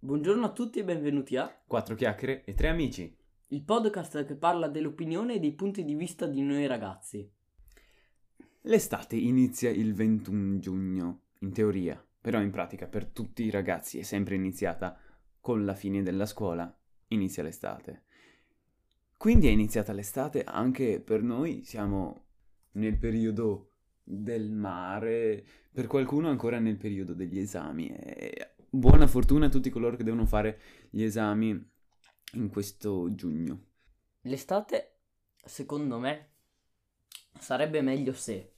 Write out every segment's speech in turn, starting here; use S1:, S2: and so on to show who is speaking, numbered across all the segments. S1: Buongiorno a tutti e benvenuti a
S2: Quattro chiacchiere e tre amici.
S1: il podcast che parla dell'opinione e dei punti di vista di noi ragazzi.
S2: L'estate inizia il 21 giugno, in teoria, però in pratica per tutti i ragazzi è sempre iniziata con la fine della scuola, inizia l'estate. Quindi è iniziata l'estate anche per noi, siamo nel periodo del mare, per qualcuno ancora nel periodo degli esami. E buona fortuna a tutti coloro che devono fare gli esami in questo giugno.
S1: L'estate, secondo me, sarebbe meglio se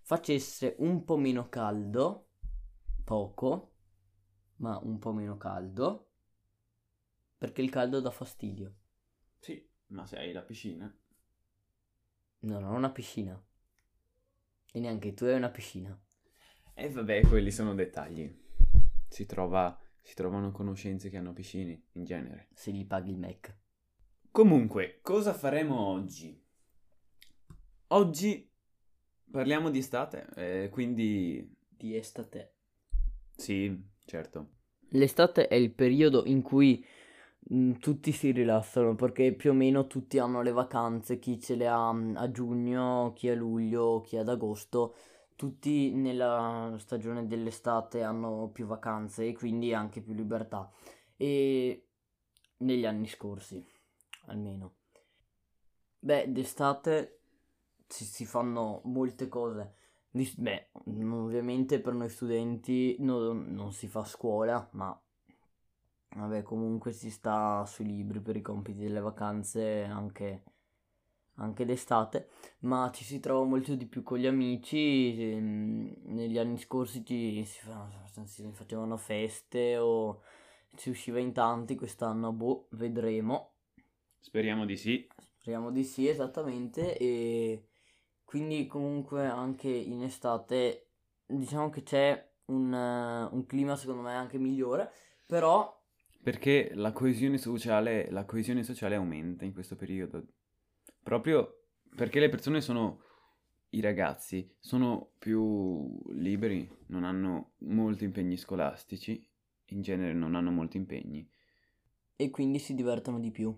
S1: facesse un po' meno caldo, poco, ma un po' meno caldo, perché il caldo dà fastidio.
S2: Sì, ma se hai la piscina.
S1: No, non ho una piscina. E neanche tu hai una piscina.
S2: E vabbè, quelli sono dettagli. Si, trova, si trovano conoscenze che hanno piscine, in genere.
S1: Se gli paghi il Mac.
S2: Comunque, cosa faremo oggi? Oggi parliamo di estate, eh, quindi...
S1: Di estate.
S2: Sì, certo.
S1: L'estate è il periodo in cui mh, tutti si rilassano perché più o meno tutti hanno le vacanze, chi ce le ha mh, a giugno, chi a luglio, chi ad agosto, tutti nella stagione dell'estate hanno più vacanze e quindi anche più libertà. E negli anni scorsi, almeno. Beh, d'estate si, si fanno molte cose. Dis- Beh, mm, ovviamente per noi studenti no- non si fa scuola, ma vabbè, comunque si sta sui libri per i compiti delle vacanze anche, anche d'estate, ma ci si trova molto di più con gli amici. ehm, Negli anni scorsi ci si, fa- si facevano feste o si usciva in tanti, quest'anno boh, vedremo.
S2: Speriamo di sì.
S1: Speriamo di sì, esattamente. E quindi, comunque, anche in estate diciamo che c'è un, eh, un clima, secondo me, anche migliore. Però,
S2: Perché la coesione sociale, la coesione sociale aumenta in questo periodo. Proprio perché le persone sono, i ragazzi, sono più liberi, non hanno molti impegni scolastici, in genere non hanno molti impegni.
S1: e quindi si divertono di più.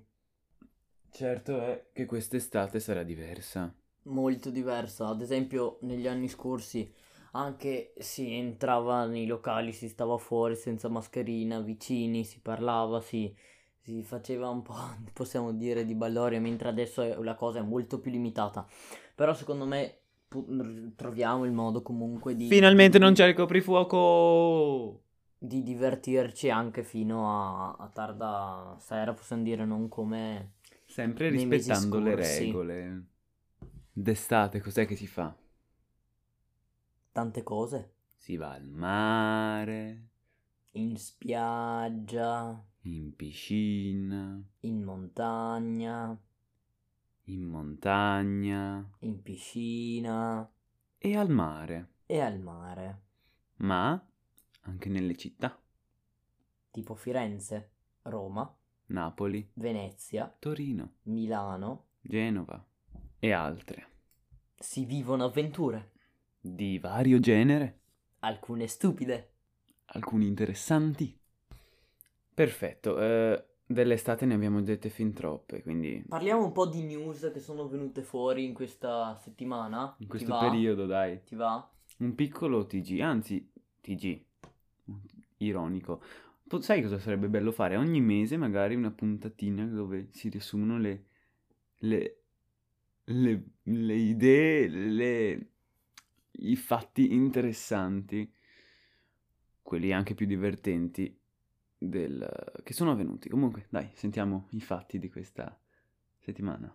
S2: Certo è che quest'estate sarà diversa.
S1: molto diversa. Ad esempio, negli anni scorsi anche si entrava nei locali, si stava fuori senza mascherina, vicini, si parlava, si, si faceva un po', possiamo dire, di balloria, mentre adesso è- la cosa è molto più limitata. Però secondo me pu- troviamo il modo comunque di...
S2: Finalmente non
S1: di-
S2: c'è il coprifuoco!
S1: di divertirci anche fino a, a tarda sera, possiamo dire, non come...
S2: Sempre
S1: Nei mesi
S2: rispettando le
S1: scorsi.
S2: regole. D'estate cos'è che si fa?
S1: tante cose.
S2: Si va al mare,
S1: In spiaggia,
S2: in piscina,
S1: in montagna,
S2: in montagna
S1: in piscina
S2: e al mare,
S1: e al mare,
S2: ma anche nelle città,
S1: tipo Firenze, Roma,
S2: Napoli,
S1: Venezia,
S2: Torino,
S1: Milano,
S2: Genova e altre.
S1: si vivono avventure,
S2: Di vario genere.
S1: alcune stupide.
S2: alcuni interessanti. Perfetto, eh, dell'estate ne abbiamo dette fin troppe, quindi
S1: Parliamo un po' di news che sono venute fuori in questa settimana.
S2: in
S1: Ti
S2: questo
S1: va?
S2: periodo dai,
S1: Ti va?
S2: un piccolo TG, anzi TG, ironico. Po- Sai cosa sarebbe bello fare? Ogni mese magari una puntatina dove si riassumono le, le, le, le idee, le, i fatti interessanti, quelli anche più divertenti del, che sono avvenuti. Comunque, dai, sentiamo i fatti di questa settimana.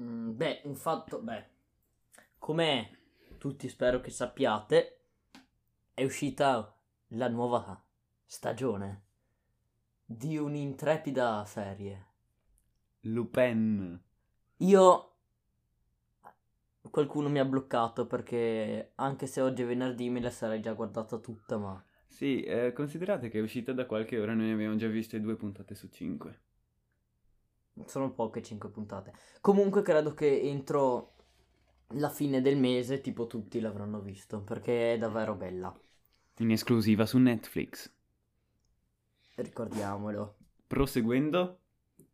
S1: Mm, beh, un fatto, beh, come tutti spero che sappiate, è uscita la nuova stagione di un'intrepida serie.
S2: Lupin.
S1: Io qualcuno mi ha bloccato perché anche se oggi è venerdì me la sarei già guardata tutta, ma
S2: Sì, eh, considerate che è uscita da qualche ora, noi ne abbiamo già viste due puntate su cinque.
S1: sono poche 5 puntate. Comunque credo che entro la fine del mese tipo tutti l'avranno visto perché è davvero bella.
S2: In esclusiva su Netflix.
S1: ricordiamolo.
S2: Proseguendo,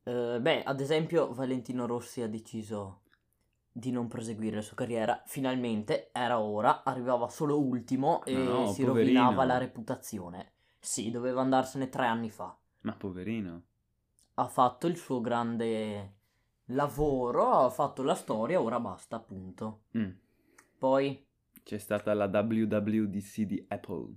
S1: Eh, beh, ad esempio, Valentino Rossi ha deciso di non proseguire la sua carriera. Finalmente era ora, arrivava solo ultimo e
S2: No,
S1: si
S2: poverino.
S1: rovinava la reputazione. Sì, doveva andarsene tre anni fa.
S2: ma poverino,
S1: Ha fatto il suo grande lavoro, ha fatto la storia, ora basta, appunto.
S2: Mm.
S1: Poi
S2: c'è stata la WWDC di Apple.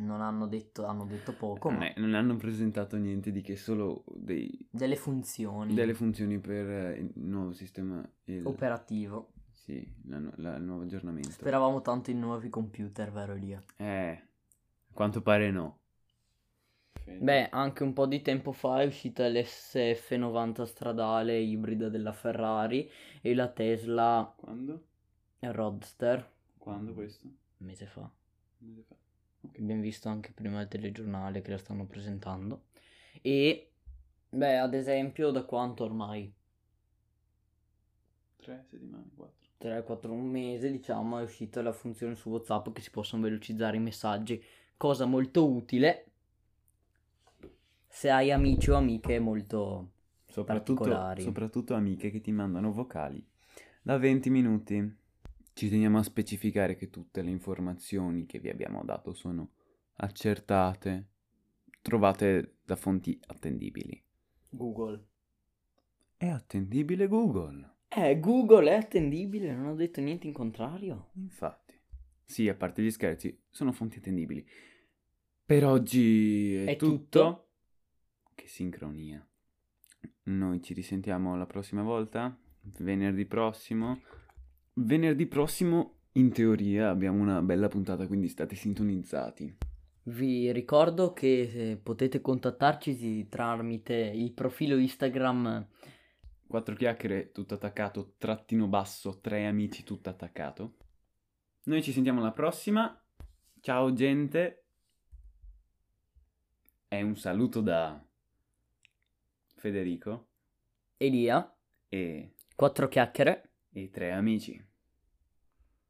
S1: non hanno detto, hanno detto poco, ma
S2: Eh, non hanno presentato niente di che, solo dei-
S1: delle funzioni
S2: delle funzioni per eh, il nuovo sistema. Il,
S1: Oh, operativo.
S2: sì, la nu- la- il nuovo aggiornamento.
S1: Speravamo tanto in nuovi computer, vero Elia?
S2: Eh, a quanto pare no.
S1: Beh, anche un po' di tempo fa è uscita l'SF90 stradale ibrida della Ferrari e la Tesla
S2: Quando?
S1: Roadster,
S2: Quando questo?
S1: un mese fa.
S2: Un mese fa. Ok.
S1: Abbiamo visto anche prima il telegiornale che la stanno presentando. E, beh, ad esempio, da quanto ormai?
S2: Tre settimane, quattro.
S1: 3-4 un mese, diciamo, è uscita la funzione su WhatsApp che si possono velocizzare i messaggi, cosa molto utile se hai amici o amiche molto...
S2: Soprattutto,
S1: Particolari.
S2: soprattutto amiche che ti mandano vocali da 20 minuti. Ci teniamo a specificare che tutte le informazioni che vi abbiamo dato sono accertate, trovate da fonti attendibili.
S1: Google.
S2: È attendibile Google,
S1: Eh, Google è attendibile, non ho detto niente in contrario.
S2: infatti. Sì, a parte gli scherzi, sono fonti attendibili. Per oggi è,
S1: È
S2: tutto. Che sincronia. Noi ci risentiamo la prossima volta, venerdì prossimo. Venerdì prossimo, in teoria, abbiamo una bella puntata, quindi state sintonizzati.
S1: Vi ricordo che eh, potete contattarci si- tramite il profilo Instagram
S2: Quattro chiacchiere, tutto attaccato, trattino basso, tre amici, tutto attaccato. Noi ci sentiamo alla prossima. Ciao gente. È un saluto da Federico
S1: Elia,
S2: e,
S1: quattro chiacchiere.
S2: e tre amici.